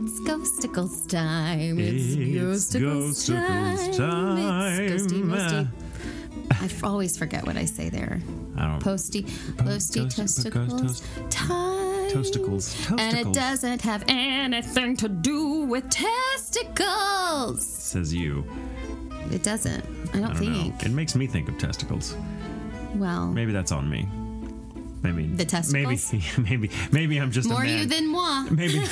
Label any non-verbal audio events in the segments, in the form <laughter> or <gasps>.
Ghosticles time. It's, It's ghosticles, Ghosticles time. It's ghosty, mosty. time. I f- always forget what I say there. I don't Posty, posty toast- testicles, toast- time. Tosticles. And it Tosticles. doesn't have anything to do with testicles. Says you. It doesn't. I don't, I don't think. know. It makes me think of testicles. Well, Maybe that's on me. Maybe The testicles? Maybe maybe <laughs> maybe I'm just more a man. you than moi. <laughs> <laughs> maybe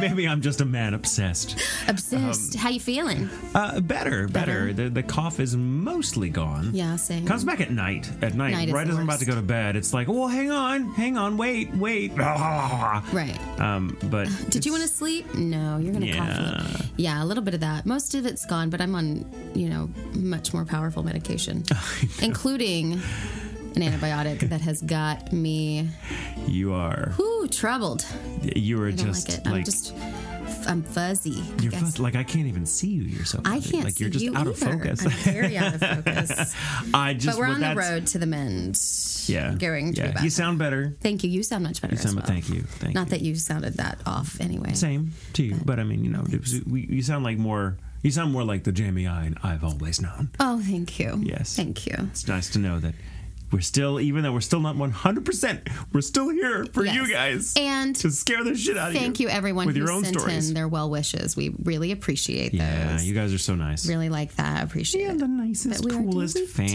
maybe I'm just a man obsessed. Obsessed. How you feeling? Uh, better, better. Better. The the cough is mostly gone. Yeah, same. Comes back at night. At night, Night is right the as I'm about to worst. go to bed, it's like, well, hang on, hang on, wait, wait. <laughs> Right. Um, but Did you want to sleep? No, you're gonna cough. It. Yeah, a little bit of that. Most of it's gone, but I'm on, you know, much more powerful <laughs> medication, Oh, including an antibiotic that has got me You are. woo troubled. You are I don't just like it. I'm just, f- I'm fuzzy. I You're guess. fuzz- like I can't even see you. You're so I fuzzy. can't like see you're just you out either. of focus. <laughs> I'm very out of focus. I just but we're well, on the that's- road to the mend. Yeah, going to yeah. be back. You sound better. Thank you. You sound much better. You sound. as well. Thank you. Thank Not you. that you sounded that off anyway. Same to you, but, I mean, you know, it was, we, you sound like more. You sound more like the Jamie I I've always known. Oh, thank you. Yes. Thank you. It's nice to know that we're still, even though we're still not 100, percent we're still here for Yes. you guys And to scare the shit out of you. Thank you, everyone with who your own sent stories. in their well wishes. We really appreciate yeah, those. you guys are so nice. really like that. Appreciate Yeah, it. the nicest, We are- coolest we fans.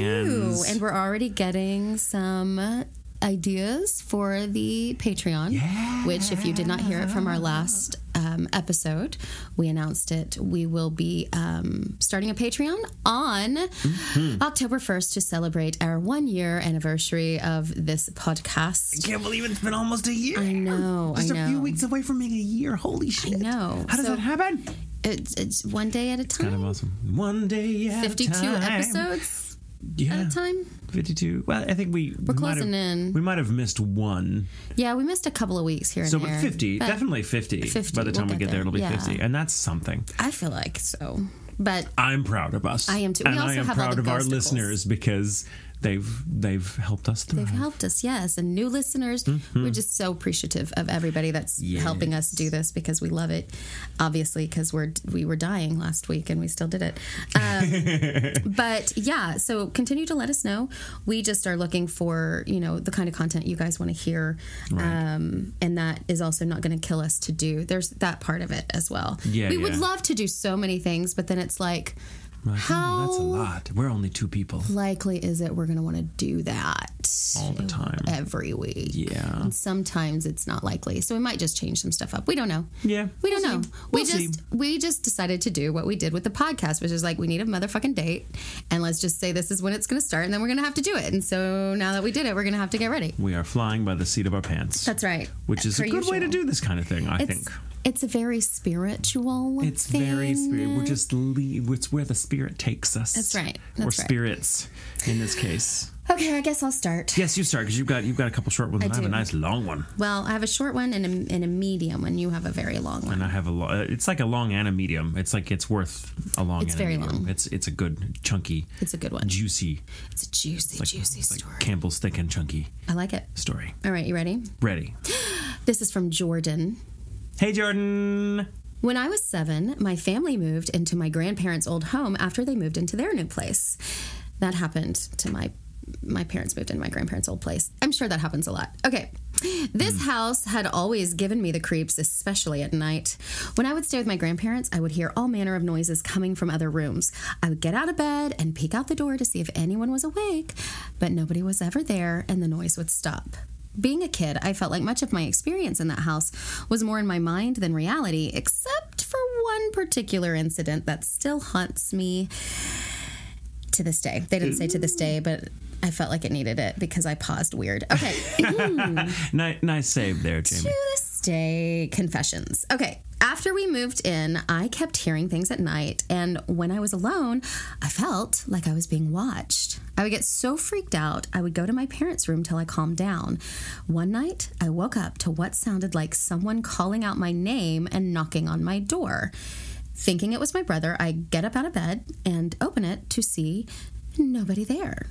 do, and we're already getting some ideas for the Patreon. Which, if you did not hear it from our last um, episode, we announced it. We will be um, starting a Patreon on Mm-hmm. October first to celebrate our one year anniversary of this podcast. Can't believe it's been almost a year. I know, I Just a few know. weeks away from being a year. Holy shit. know. How does So- that happen? It's, it's one day at a time. Kind of awesome. One day at a 52 time. episodes yeah. at a time. 52. Well, I think we we're closing in. We might have missed one. Yeah, we missed a couple of weeks here and So, but there. 50, but definitely 50. 50, By the time we'll we get get there, there. it'll be Yeah. 50. And that's something. I feel like so. But I'm proud of us. I am too. We And also I am have all proud the of our ghosticles. listeners because they've they've helped us thrive. they've helped us, yes. And new listeners, we're just so appreciative of everybody that's Mm-hmm. Yes. helping us do this because we love it. Obviously, because we're we were dying last week and we still did it. <laughs> Um, but yeah, so continue to let us know. We just are looking for you know the kind of content you guys want to hear, um, and that is also not going to kill us to do. There's that part of it as well. Yeah, we would yeah. love to do so many things, but then it's like. Like, How oh, that's a lot. We're only two people. likely is it we're going to want to do that All the time. every week? Yeah. And sometimes it's not likely. So we might just change some stuff up. We don't know. Yeah. We don't know. We'll we see. just we just decided to do what we did with the podcast, which is like we need a motherfucking date and let's just say this is when it's going to start and then we're going to have to do it. And so now that we did it, we're going to have to get ready. We are flying by the seat of our pants. That's right. Which is Per a good way to usual. do this kind of thing, I It's think. it's a very spiritual It's thing. very spirit. We're just leave. It's where the spirit takes us. That's right. We're That's right. spirits in this case. Okay, I guess I'll start. Yes, you start because you've got you've got a couple short ones. and I have a do. nice long one, Well, I have a short one and a, and a medium one. You have a very long one. and I have a lo- uh, It's like a long and a medium. It's like it's worth a long. It's and a very medium. long. It's it's a good chunky, It's a good one. juicy, It's a juicy, juicy story. Campbell's thick and chunky I like it. story. All right, you ready? Ready? This is from Jordan. Hey, Jordan. When I was seven, my family moved into my grandparents' old home after they moved into their new place. That happened to my my parents moved into my grandparents' old place. I'm sure that happens a lot. Okay. This house had always given me the creeps, especially at night. When I would stay with my grandparents, I would hear all manner of noises coming from other rooms. I would get out of bed and peek out the door to see if anyone was awake, but nobody was ever there and the noise would stop. Being a kid, I felt like much of my experience in that house was more in my mind than reality, except for one particular incident that still haunts me to this day. They didn't say to this day, but I felt like it needed it because I paused weird. Okay. Ni- nice save there, Jamie. to this day, confessions. Okay. After we moved in, I kept hearing things at night, and when I was alone, I felt like I was being watched. I would get so freaked out, I would go to my parents' room till I calmed down. One night, I woke up to what sounded like someone calling out my name and knocking on my door. Thinking it was my brother, I get up out of bed and open it to see nobody there.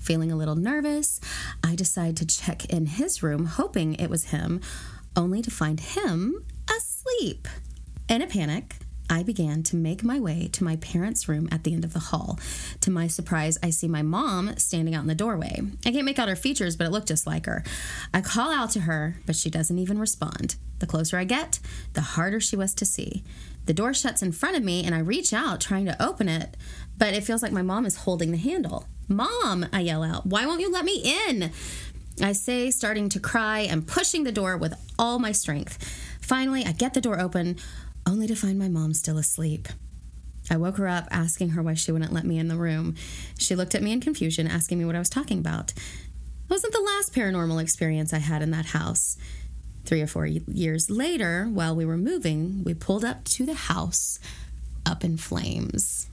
Feeling a little nervous, I decide to check in his room, hoping it was him, only to find him asleep. In a panic, I began to make my way to my parents' room at the end of the hall. To my surprise, I see my mom standing out in the doorway. I can't make out her features, but it looked just like her. I call out to her, but she doesn't even respond. The closer I get, the harder she was to see. The door shuts in front of me, and I reach out trying to open it, but it feels like my mom is holding the handle. Mom, I yell out, why won't you let me in? I say, starting to cry and pushing the door with all my strength. Finally, I get the door open, only to find my mom still asleep. I woke her up, asking her why she wouldn't let me in the room. She looked at me in confusion, asking me what I was talking about. It wasn't the last paranormal experience I had in that house. Three or four years later, while we were moving, we pulled up to the house up in flames.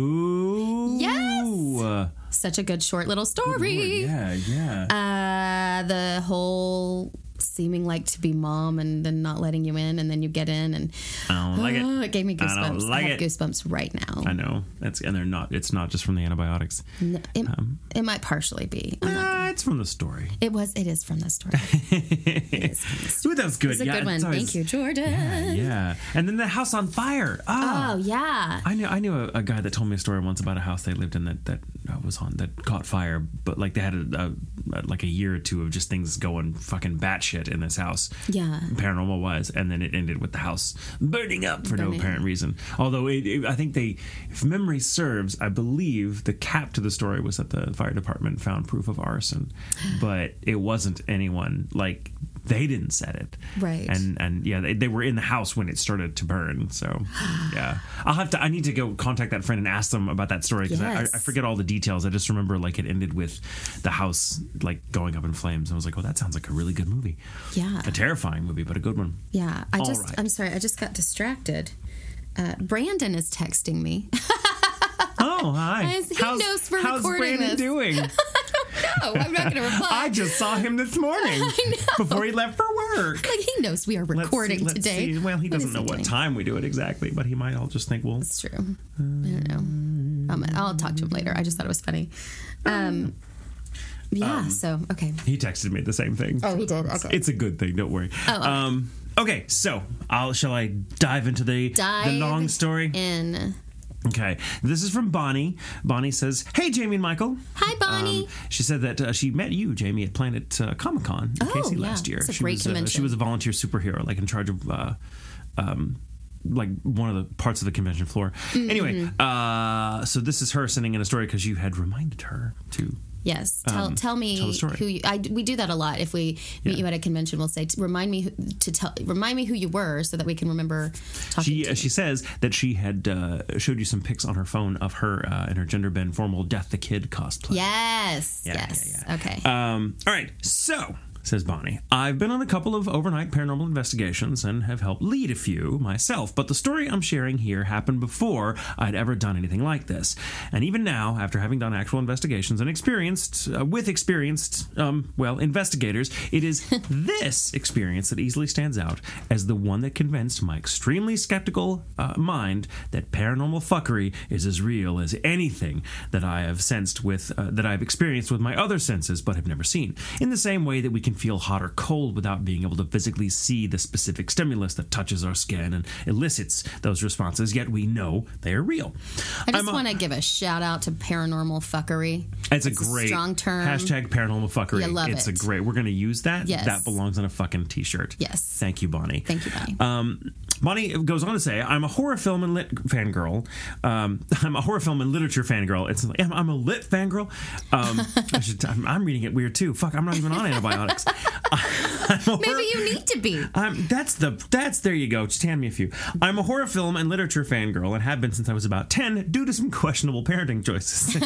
Ooh. Yes! Such a good short little story. Yeah, yeah. Uh, the whole seeming like to be mom and then not letting you in and then you get in and I don't like it. Oh, gave me I goosebumps. don't like have it. goosebumps right now. I know. That's and they're not. It's not just from the antibiotics. N- It, Um, it might partially <laughs> be. I'm not- Ah, it's from the story. It was. It is from the story. <laughs> Ooh, that was good. It's a yeah, good one. it's always- Thank you, Jordan. Yeah, and then the house on fire. Ah. Oh yeah. I knew I knew a, a guy that told me a story once about a house they lived in that that uh, was on that caught fire, but like they had a, a, like a year or two of just things going fucking batshit in this house. Yeah. paranormal was, and then it ended with the house burning up for Burning. no apparent reason. Although it, it, I think they, if memory serves, I believe the cap to the story was that the fire department found proof of <gasps> arson, but it wasn't anyone like. They didn't set it, Right. And and yeah, they, they were in the house when it started to burn. So yeah, I'll have to. I need to go contact that friend and ask them about that story because Yes. I, I forget all the details. I just remember like it ended with the house like going up in flames. I was like, well, that sounds like a really good movie. Yeah. a terrifying movie, but a good one. Yeah. I All just. right. I'm sorry. I just got distracted. Uh, Brandon is texting <laughs> me. Oh hi, As he knows we're how's recording Brandon this. <laughs> doing? no, Oh, I'm not going to reply. I just saw him this <laughs> morning before he left for work. like he knows we are Let's see- recording let's today. see. Well, he What is doesn't know doing? what time we do it exactly, but he might all just think, well, It's true. I don't know. Um, I'll talk to him later. I just thought it was funny. Um, yeah. Um, so okay. He texted me the same thing. Oh, he did? Okay. Oh, It's a good thing. Don't worry. okay. Um, okay. So, I'll shall I dive into the Dive the long story? In. Okay. This is from Bonnie. Bonnie says, "Hey, Jamie and Michael." Hi, Bonnie. Um, she said that uh, she met you, Jamie, at Planet uh, Comic Con in Oh, Casey yeah. last year. It's a she great was, uh, she convention. was a volunteer superhero, like in charge of. Uh, um, like one of the parts of the convention floor. Anyway, Mm-hmm. uh, so this is her sending in a story because you had reminded her to Yes. Tell, tell me Um, tell the story. who you, I, we do that a lot. If we meet Yeah. you at a convention, we'll say, remind me who, to tell, remind me who you were so that we can remember talking She to uh, you. she says that she had uh, showed you some pics on her phone of her uh, in her gender bend formal Death the Kid cosplay. Yes. Yeah, yeah, yes. yeah. Okay. Um, all right, so. Says Bonnie, I've been on a couple of overnight paranormal investigations and have helped lead a few myself, but the story I'm sharing here happened before I'd ever done anything like this. And even now, after having done actual investigations and experienced, uh, with experienced, um, well, investigators, <laughs> it is this experience that easily stands out as the one that convinced my extremely skeptical uh, mind that paranormal fuckery is as real as anything that I have sensed with, uh, that I've experienced with my other senses but have never seen. In the same way that we can feel hot or cold without being able to physically see the specific stimulus that touches our skin and elicits those responses, yet we know they are real. I I'm just a- want to give a shout out to paranormal fuckery. it's a great strong term. Hashtag paranormal fuckery. You love it's it. a great. We're going to use that. Yes. That belongs on a fucking t-shirt. Yes. Thank you, Bonnie. Thank you, Bonnie. Um, Bonnie goes on to say, "I'm a horror film and lit fangirl. Um, <laughs> I'm a horror film and literature fangirl. It's I'm, I'm a lit fangirl. Um, <laughs> I should, I'm, I'm reading it weird too. Fuck, I'm not even <laughs> on antibiotics. Maybe you need to be. I'm, that's the that's there you go. Just hand me a few. I'm a horror film and literature fangirl and have been since I was about ten due to some questionable parenting choices.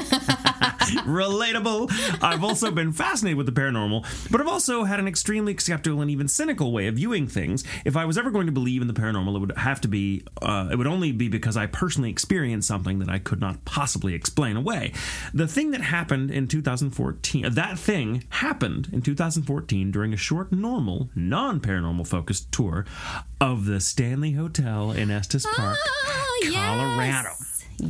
Relatable. I've also been fascinated with the paranormal, but I've also had an extremely skeptical and even cynical way of viewing things. If I was ever going to believe in the paranormal, it would have to be uh, it would only be because I personally experienced something that I could not possibly explain away. The thing that happened in 2014, uh, that thing happened in 2014 during a short normal, non-paranormal focused tour of the Stanley Hotel in Estes Park. Oh, Ah, yes. Colorado.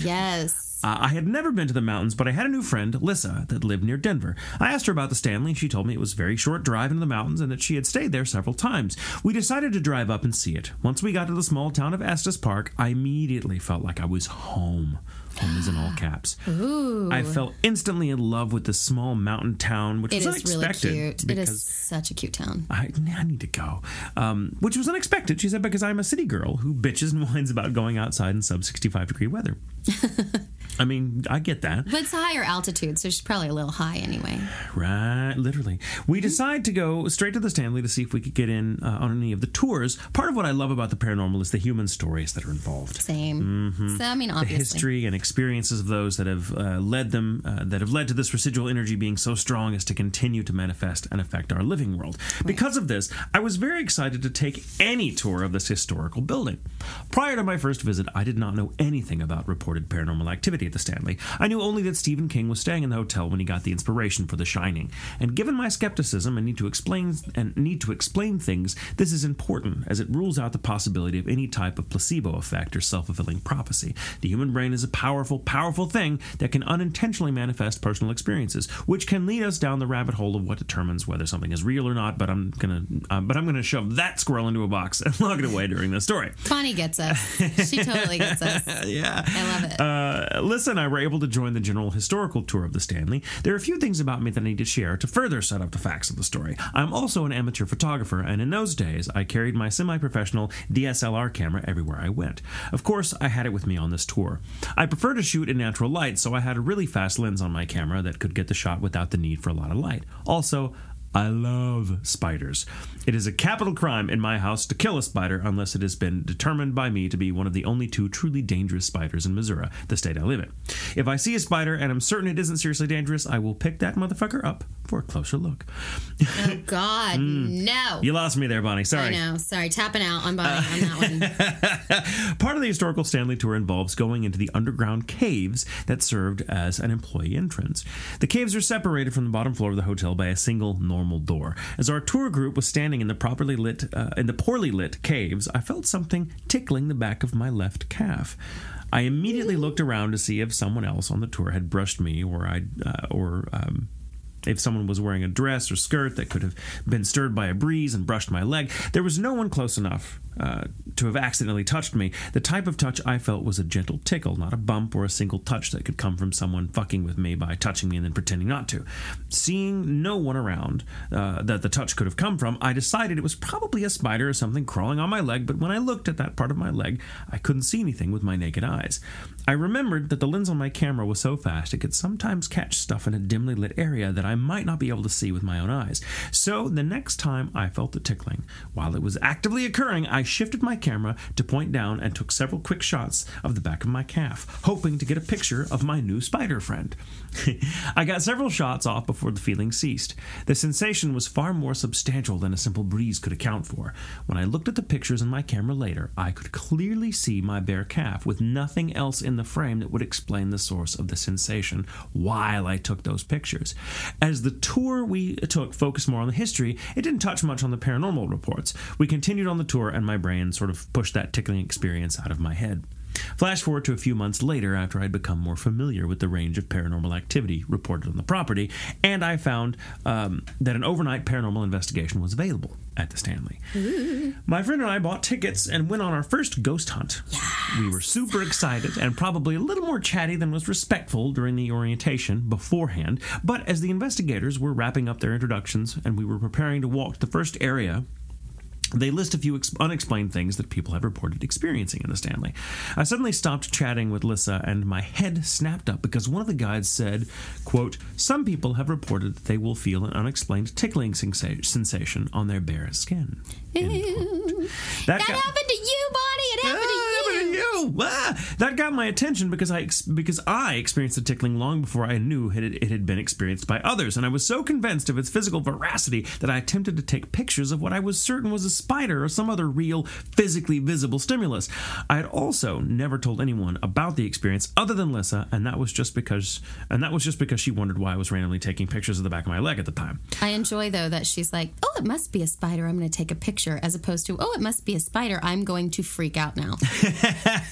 Yes. Uh, I had never been to the mountains, but I had a new friend, Lissa, that lived near Denver. I asked her about the Stanley, and she told me it was a very short drive into the mountains and that she had stayed there several times. We decided to drive up and see it. Once we got to the small town of Estes Park, I immediately felt like I was home. Home is in all caps. <gasps> Ooh. I fell instantly in love with this small mountain town, which It was is really unexpected. cute. It because- is such a cute town. I, I need to go. Um, which was unexpected, she said, because I'm a city girl who bitches and <laughs> whines about going outside in sub 65 degree weather. I mean, I get that. But it's a higher altitude, so she's probably a little high anyway. Right, literally. We decide to go straight to the Stanley to see if we could get in uh, on any of the tours. Part of what I love about the paranormal is the human stories that are involved. Same. So I mean, Mm-hmm. The obviously, history and experiences of those that have uh, led them, uh, that have led to this residual energy being so strong as to continue to manifest and affect our living world. Because of this, I was very excited to take any tour of this historical building. Prior to my first visit, I did not know anything about reported paranormal activity at the Stanley. I knew only that Stephen King was staying in the hotel when he got the inspiration for The Shining. And given my skepticism and need to explain and need to explain things, this is important as it rules out the possibility of any type of placebo effect or self-fulfilling prophecy. The human brain is a powerful, powerful thing that can unintentionally manifest personal experiences, which can lead us down the rabbit hole of what determines whether something is real or not. But I'm gonna, um, but I'm gonna shove that squirrel into a box and <laughs> lock it away during this story. Bonnie gets us. She totally gets us. yeah. I love it. Uh, Lissa and I were able to join the general historical tour of the Stanley. There are a few things about me that I need to share to further set up the facts of the story. I'm also an amateur photographer, and in those days, I carried my semi professional DSLR camera everywhere I went. Of course, I had it with me on this tour. I prefer to shoot in natural light, so I had a really fast lens on my camera that could get the shot without the need for a lot of light. Also, I love spiders. It is a capital crime in my house to kill a spider unless it has been determined by me to be one of the only two truly dangerous spiders in Missouri, the state I live in. If I see a spider and I'm certain it isn't seriously dangerous, I will pick that motherfucker up for a closer look. Oh God, mm. no. You lost me there, Bonnie. Sorry. I know. Sorry, tapping out on Bonnie on that <laughs> one. Part of the historical Stanley tour involves going into the underground caves that served as an employee entrance. The caves are separated from the bottom floor of the hotel by a single normal door. As our tour group was standing in the properly lit, uh, in the poorly lit caves, I felt something tickling the back of my left calf. I immediately looked around to see if someone else on the tour had brushed me, or I, uh, or um, if someone was wearing a dress or skirt that could have been stirred by a breeze and brushed my leg, there was no one close enough uh, to have accidentally touched me. The type of touch I felt was a gentle tickle, not a bump or a single touch that could come from someone fucking with me by touching me and then pretending not to. Seeing no one around uh, that the touch could have come from, I decided it was probably a spider or something crawling on my leg, but when I looked at that part of my leg, I couldn't see anything with my naked eyes. I remembered that the lens on my camera was so fast it could sometimes catch stuff in a dimly lit area that I might not be able to see with my own eyes. So the next time I felt the tickling, while it was actively occurring, I shifted my camera to point down and took several quick shots of the back of my calf, hoping to get a picture of my new spider friend. <laughs> I got several shots off before the feeling ceased. The sensation was far more substantial than a simple breeze could account for. When I looked at the pictures in my camera later, I could clearly see my bare calf with nothing else in the frame that would explain the source of the sensation while I took those pictures. As the tour we took focused more on the history, it didn't touch much on the paranormal reports. We continued on the tour, and my brain sort of pushed that tickling experience out of my head. Flash forward to a few months later after I'd become more familiar with the range of paranormal activity reported on the property, and I found um, that an overnight paranormal investigation was available at the Stanley. My friend and I bought tickets and went on our first ghost hunt. We were super excited and probably a little more chatty than was respectful during the orientation beforehand, but as the investigators were wrapping up their introductions and we were preparing to walk to the first area they list a few ex- unexplained things that people have reported experiencing in the Stanley. I suddenly stopped chatting with Lissa and my head snapped up because one of the guides said, quote, Some people have reported that they will feel an unexplained tickling sensa- sensation on their bare skin. End quote. That guy- happened to you, Bonnie. It happened Ah, to you. happened to you. Ah. That got my attention because I ex- because I experienced the tickling long before I knew it, it had been experienced by others, and I was so convinced of its physical veracity that I attempted to take pictures of what I was certain was a spider or some other real, physically visible stimulus. I had also never told anyone about the experience other than Lissa, and that was just because and that was just because she wondered why I was randomly taking pictures of the back of my leg at the time. I enjoy though that she's like, oh, it <laughs> must be a spider. I'm going to take a picture, as opposed to, oh, it must be a spider. I'm going to freak out now.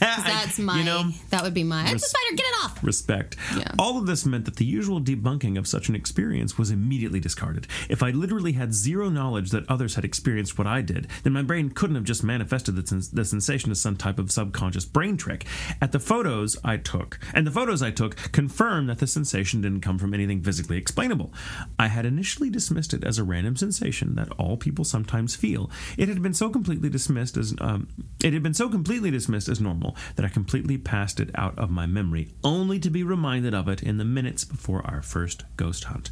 That's my. know, that would be my. It's a spider. Get it off. respect. Yeah. All of this meant that the usual debunking of such an experience was immediately discarded. If I literally had zero knowledge that others had experienced what I did, then my brain couldn't have just manifested the, sens- the sensation as some type of subconscious brain trick. At the photos I took, and the photos I took confirmed that the sensation didn't come from anything physically explainable. I had initially dismissed it as a random sensation that all people sometimes feel. It had been so completely dismissed as um, it had been so completely dismissed as normal that I completely passed it out of my memory, only to be reminded of it in the minutes before our first ghost hunt.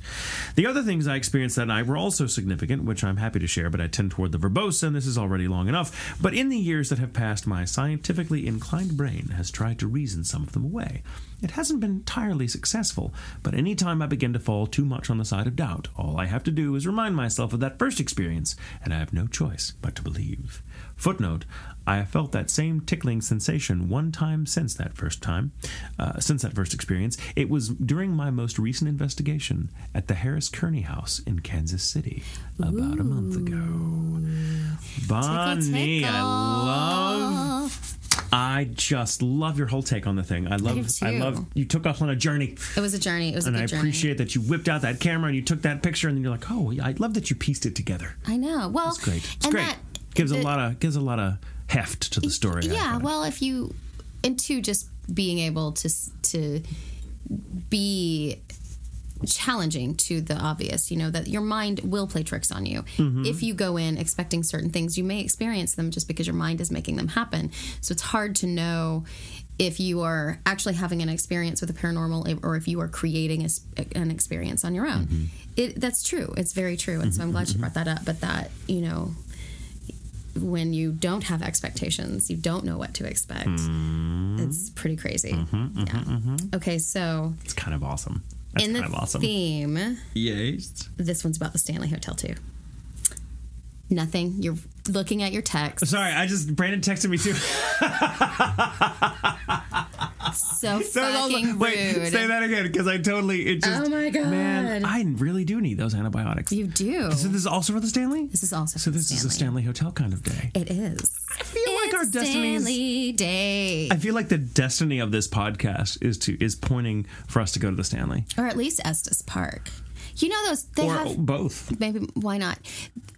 The other things I experienced that night were also significant, which I'm happy to share, but I tend toward the verbose, and this is already long enough. But in the years that have passed, my scientifically inclined brain has tried to reason some of them away. It hasn't been entirely successful, but any time I begin to fall too much on the side of doubt, all I have to do is remind myself of that first experience, and I have no choice but to believe. Footnote: I have felt that same tickling sensation one time since that first time, uh, since that first experience. It was during my most recent investigation at the Harris Kearney House in Kansas City about a month ago. Bonnie, I love I just love your whole take on the thing. I love. do I, too. love. You took off on a journey, It was a journey. It was and a I good journey. appreciate that you whipped out that camera and you took that picture, and then you're like, "Oh, I love that you pieced it together. I know. Well, It's great. It's and great. That, gives a the- lot of gives a lot of heft to the story. I Yeah. find. Well, if you and two, just being able to s- to be challenging to the obvious. You know that your mind will play tricks on you Mm-hmm. if you go in expecting certain things. You may experience them just because your mind is making them happen. So it's hard to know. If you are actually having an experience with the paranormal, or if you are creating a s an experience on your Mm-hmm. own, it, that's true. It's very true, and so I'm glad you brought that up. But that you know, when you don't have expectations, you don't know what to expect. Mm-hmm. It's pretty crazy. yeah. Okay, so it's kind of awesome. mm-hmm, That's in the kind of awesome. theme, Yes. this one's about the Stanley Hotel too. Nothing. You're looking at your <laughs> text. Sorry, I just Brandon texted me too. <laughs> so So I was fucking rude. like, wait, say that again because I totally it just. Oh my man, God. I really do need those antibiotics. you do. so this is also for the Stanley. This is also so for the this is a Stanley Hotel kind of day. It is. I feel like our It's destinies. Stanley Day, I feel like the destiny of this podcast is to is pointing for us to go to the Stanley or at least Estes Park. You know those they or have both. maybe why not?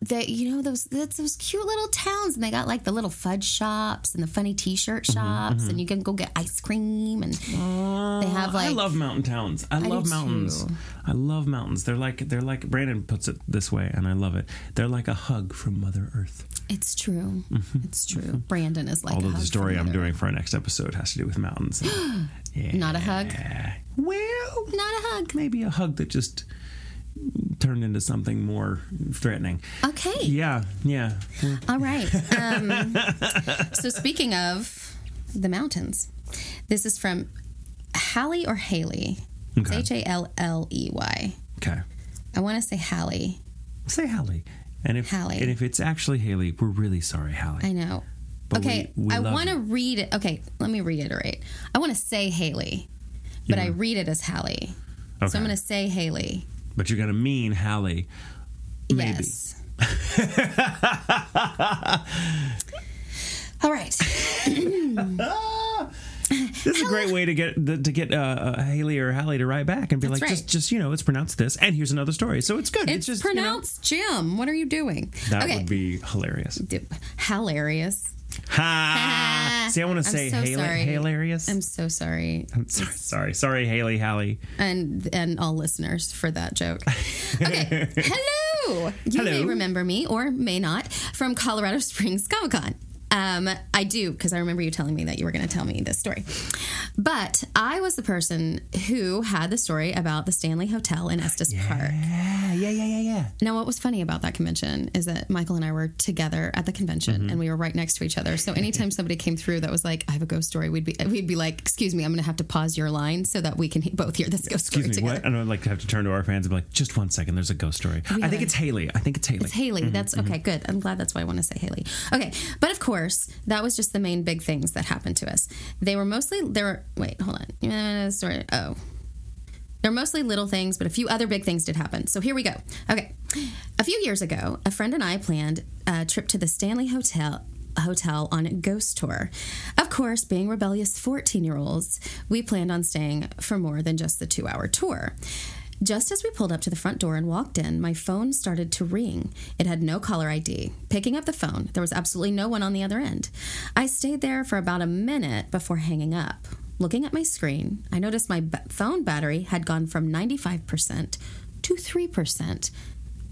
That you know those that's those cute little towns, and they got like the little fudge shops and the funny T-shirt Mm-hmm, shops, and you can go get ice cream, and they have I like love mountain towns. I, love too. mountains. I love mountains. They're like they're like Brandon puts it this way, and I love it. They're like a hug from Mother Earth. it's true, Mm-hmm. it's true. Brandon is like Although a hug the story from I'm the- doing for our next episode has to do <gasps> with mountains. yeah. not a hug, Well, not a hug. maybe a hug that just turned into something more threatening. Okay, Yeah, yeah. all right. Um, <laughs> so speaking of the mountains, this is from Hallie or Haley. It's Okay. H A L L E Y. Okay. I want to say Hallie. Say Hallie. And if Hallie. and if it's actually Haley, we're really sorry, Hallie. I know. But okay, we- we I love want to you. read it. Okay, let me reiterate. I want to say Haley, but I read it as Hallie. So Okay. I'm going to say Haley. But you're gonna mean Hallie. Maybe. <laughs> Yes. All right. This is a great way to get the, to get uh, uh, Haley or Hallie to write back and be That's like, right. just just you know, it's pronounced this, and here's another story. So it's good. It's just you know, pronounced Jim. What are you doing? that okay. would be <laughs> hilarious. D- Hilarious. Ha! Ah, See, I want I'm to say so sorry. Haley, hilarious. I'm so sorry. I'm sorry, sorry, sorry, Haley, Hallie. and and all listeners for that <laughs> joke. Okay, hello. You Hello. may remember me or may not from Colorado Springs Comic Con. Um, I do because I remember you telling me that you were going to tell me this story. But I was the person who had the story about the Stanley Hotel in Estes Park. Yeah, yeah, yeah, yeah, yeah. Now, what was funny about that convention is that Michael and I were together at the convention, Mm-hmm. and we were right next to each other. So <laughs> anytime somebody came through that was like, "I have a ghost story," we'd be we'd be like, "Excuse me, I'm going to have to pause your line so that we can he- both hear this ghost story Excuse me. together." What? And I'd like to have to turn to our fans and be like, just one second. There's a ghost story. I think it's Haley. I think it's Haley. It's Haley. that's okay. Good. I'm glad that's why I want to say Haley. Okay, but of course, that was just the main big things that happened to us. They were mostly there. Were, wait, hold on. Uh, sorry. Oh, they're mostly little things, but a few other big things did happen. So here we go. Okay, a few years ago, a friend and I planned a trip to the Stanley Hotel. hotel on a ghost tour. Of course, being rebellious 14 year olds, we planned on staying for more than just the two hour tour. Just as we pulled up to the front door and walked in, my phone started to ring. It had no caller ID. Picking up the phone, there was absolutely no one on the other end. I stayed there for about a minute before hanging up. Looking at my screen, I noticed my ba- phone battery had gone from 95% to 3%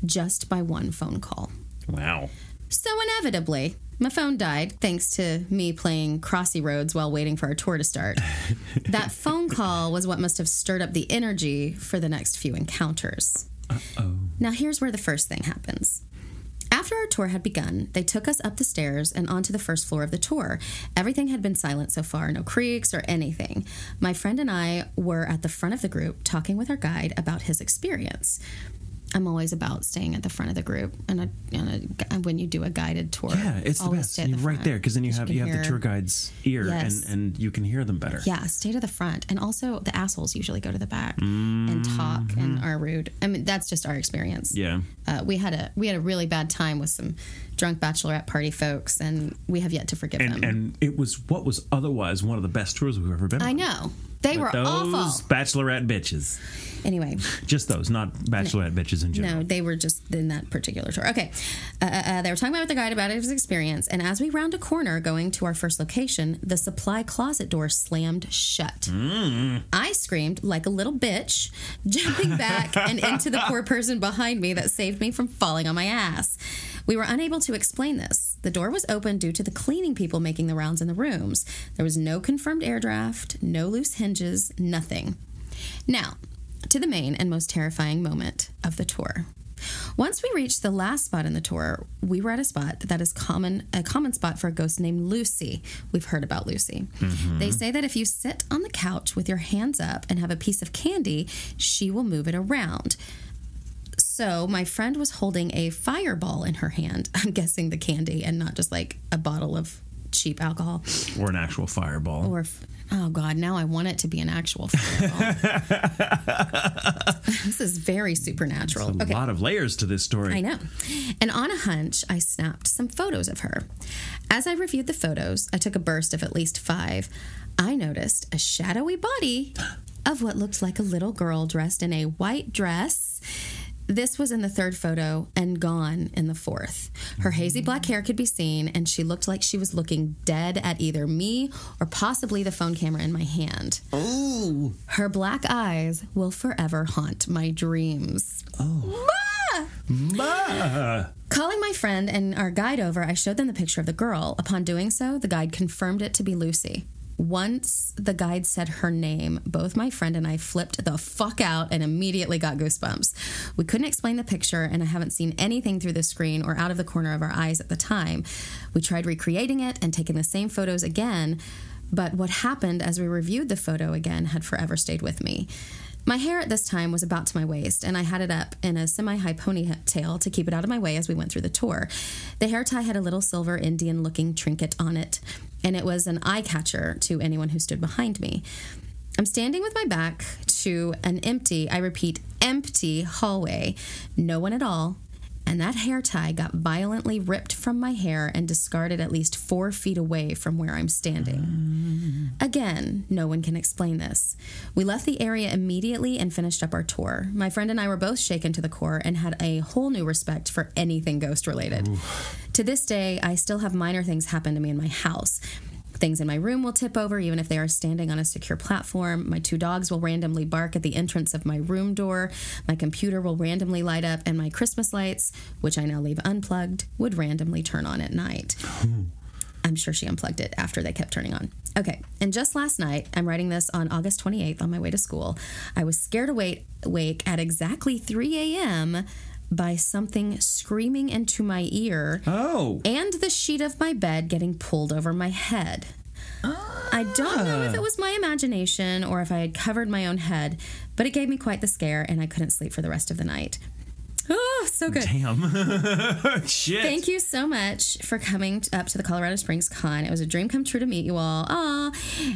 just by one phone call. Wow. So, inevitably, my phone died thanks to me playing Crossy Roads while waiting for our tour to start. <laughs> <laughs> that phone call was what must have stirred up the energy for the next few encounters. Now, here's where the first thing happens. After our tour had begun, they took us up the stairs and onto the first floor of the tour. Everything had been silent so far, no creaks or anything. My friend and I were at the front of the group talking with our guide about his experience. I'm always about staying at the front of the group, and, I, and, I, and when you do a guided tour, Yeah, it's the always best. stay at You're right front, there because then you 'cause have can you have the hear- tour guide's ear Yes. and and you can hear them better. yeah, stay to the front. And also, the assholes usually go to the back and talk and are rude. I mean, that's just our experience. Mm-hmm. Yeah. Uh, we had a we had a really bad time with some drunk bachelorette party folks, and we have yet to forgive And them. and it was what was otherwise one of the best tours we've ever been. I on. know they were Those awful. bachelorette bitches. Anyway, Just those, not bachelorette bitches in general. no, they were just in that particular tour. Okay, uh, uh, uh, they were talking about with the guide about his experience, and as we round a corner going to our first location, the supply closet door slammed shut. I screamed like a little bitch, <laughs> jumping back and into the poor person behind me that saved me from falling on my ass. We were unable to explain this. The door was open due to the cleaning people making the rounds in the rooms. There was no confirmed air draft, no loose hinges, nothing. Now, to the main and most terrifying moment of the tour. Once we reached the last spot in the tour, we were at a spot that is common a common spot for a ghost named Lucy. We've heard about Lucy. They say that if you sit on the couch with your hands up and have a piece of candy, she will move it around. So my friend was holding a fireball in her hand. <laughs> I'm guessing the candy and not just like a bottle of cheap alcohol. Or an actual fireball. Or if, oh god, now I want it to be an actual fireball. <laughs> this is very supernatural. a lot of layers to this story. I know. And on a hunch, I snapped some photos of her. As I reviewed the photos, I took a burst of at least five. I noticed a shadowy body of what looked like a little girl dressed in a white dress. This was in the third photo and gone in the fourth. Her hazy black hair could be seen, and she looked like she was looking dead at either me or possibly the phone camera in my hand. Oh, Her black eyes will forever haunt my dreams. Oh. Ah! Calling my friend and our guide over, I showed them the picture of the girl. Upon doing so, the guide confirmed it to be Lucy. Once the guide said her name, both my friend and I flipped the fuck out and immediately got goosebumps. We couldn't explain the picture, and I haven't seen anything through the screen or out of the corner of our eyes at the time. We tried recreating it and taking the same photos again, but what happened as we reviewed the photo again had forever stayed with me. My hair at this time was about to my waist, and I had it up in a semi high ponytail to keep it out of my way as we went through the tour. The hair tie had a little silver Indian looking trinket on it, and it was an eye catcher to anyone who stood behind me. I'm standing with my back to an empty, I repeat, empty hallway, no one at all, and that hair tie got violently ripped from my hair and discarded at least four feet away from where I'm standing. Again, no one can explain this. We left the area immediately and finished up our tour. My friend and I were both shaken to the core and had a whole new respect for anything ghost related. To this day, I still have minor things happen to me in my house. Things in my room will tip over even if they are standing on a secure platform. My two dogs will randomly bark at the entrance of my room door. My computer will randomly light up, and my Christmas lights, which I now leave unplugged, would randomly turn on at night. I'm sure she unplugged it after they kept turning on. Okay, and just last night, I'm writing this on August 28th on my way to school. I was scared awake, awake at exactly 3 a.m. by something screaming into my ear Oh. and the sheet of my bed getting pulled over my head. I don't know Ah. if it was my imagination or if I had covered my own head, but it gave me quite the scare and I couldn't sleep for the rest of the night. Oh, so good. Damn. <laughs> Shit. Thank you so much for coming t- up to the Colorado Springs Con. It was a dream come true to meet you all. Aw,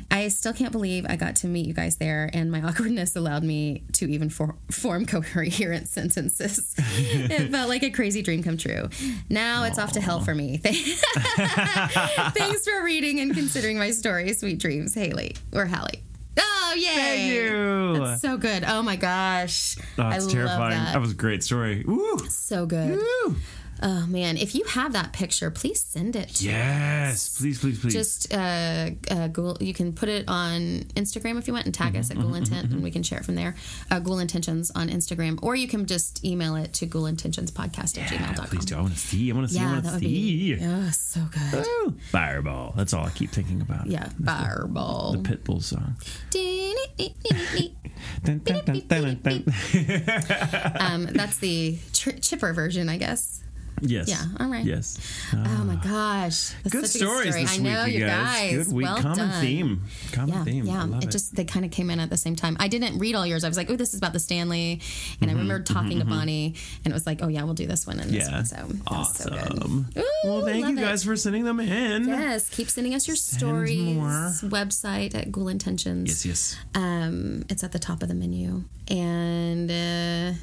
I still can't believe I got to meet you guys there, and my <laughs> awkwardness allowed me to even for- form coherent <laughs> <laughs> sentences. it felt like a crazy dream come true. Now it's off to hell for me. <laughs> Thank- Thanks for reading and considering my story. Sweet dreams, Haley or Hallie. Oh, yay! Thank you. That's so good. Oh my gosh. Oh, it's I terrifying. Love that. was a great story. Woo. so good. Woo. Oh man, if you have that picture, please send it. to Yes. Please, please, please. Just uh, uh, Google. You can put it on Instagram if you want, and tag us at Mm-hmm, Ghoul Intent, and we can share it from there. Uh, Ghoul Intentions on Instagram, or you can just email it to Ghoul Intentions Podcast at yeah, gmail.com. please do. I want to see. I want to see. I Yeah, want that to would see. be oh, so <laughs> good. Woo. Fireball. That's all I keep thinking about. Yeah, fireball. Pitbull song. <laughs> um, Dun, dun, dun, dun, dun, dun. Um, that's the tr- chipper version, I guess. <laughs> Yes. Yeah, all right. Yes. Oh my gosh, That's Ah. Good such a stories this I week, know you guys. Good week. well Common done. theme. Common Yeah, theme. I yeah. love It, just they kind of came in at the same time. I didn't read all yours. I was like, oh, this is about the Stanley, and I remembered talking to Bonnie, and it was like, oh yeah, we'll do this one and this Mm-hmm, Yeah. one. So that was so good. awesome. Ooh, well, thank love you guys for sending them in. Yes, keep sending us your stories. more. Website at Ghoul Intentions. Yes. Yes. Um, it's at the top of the menu. And uh,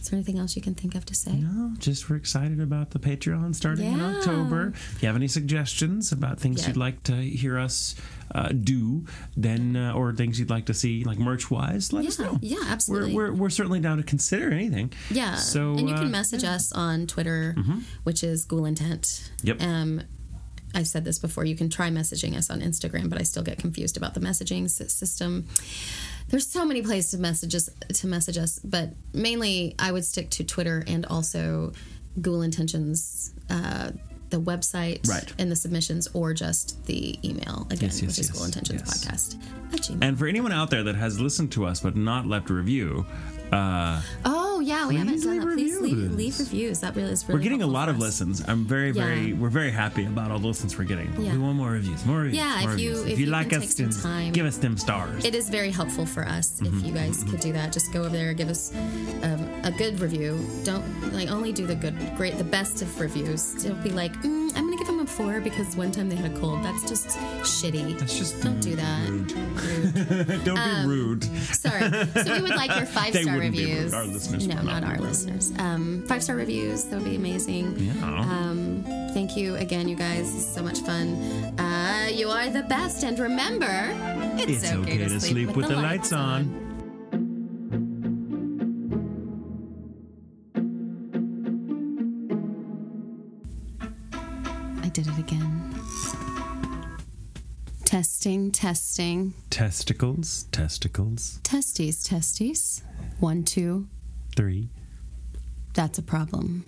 is there anything else you can think of to say? No, just we're excited about the Patreon starting in Yeah. October. If you have any suggestions about things Yeah. you'd like to hear us uh, do, then uh, or things you'd like to see, like merch wise, let us Yeah, know. yeah, We're, absolutely. we're, we're certainly down to consider anything. Yeah. So and you uh, Mm-hmm. can message us on Twitter, which is Ghoul Intent. Yep. Um, I've said this before. You can try messaging us on Instagram, but I still get confused about the messaging s- system. There's so many places to messages to message us, but mainly I would stick to Twitter and also Ghoul Intentions. Uh, the website Right. and the submissions, or just the email again, Yes, yes, which is yes, Ghoul Intentions yes. Podcast at Gmail. And for anyone out there that has listened to us but not left a review, uh, oh yeah, we haven't Please done leave that. Please leave, reviews. leave reviews. That really is really we're getting a helpful lot for of us. listens. I'm very, very, Yeah. we're very happy about all the listens we're getting. But Yeah. We want more reviews, more reviews. Yeah, more if you- reviews. if you can like us, take some then time. give us them stars. it is very helpful for us Mm-hmm. if you guys could do that. Just go over there, give us um, a good review. Don't like only do the good, great, the best of reviews. Don't be like, mm, I'm gonna give them a four because one time they had a cold. That's just shitty. That's just Don't do that. Mm. Rude. <laughs> Um, Don't be rude. Sorry. So we would like your five <laughs> They star wouldn't be rude. reviews. Our listeners no, would not not be our rude. listeners. Um, five star reviews. That would be amazing. Yeah. Um, thank you again, you guys. This is so much fun. Uh, you are the best, and remember, it's, It's okay to sleep with the lights on. I did it again. Testing, testing, Testicles, testicles, testes, testes. One, two. three. That's a problem.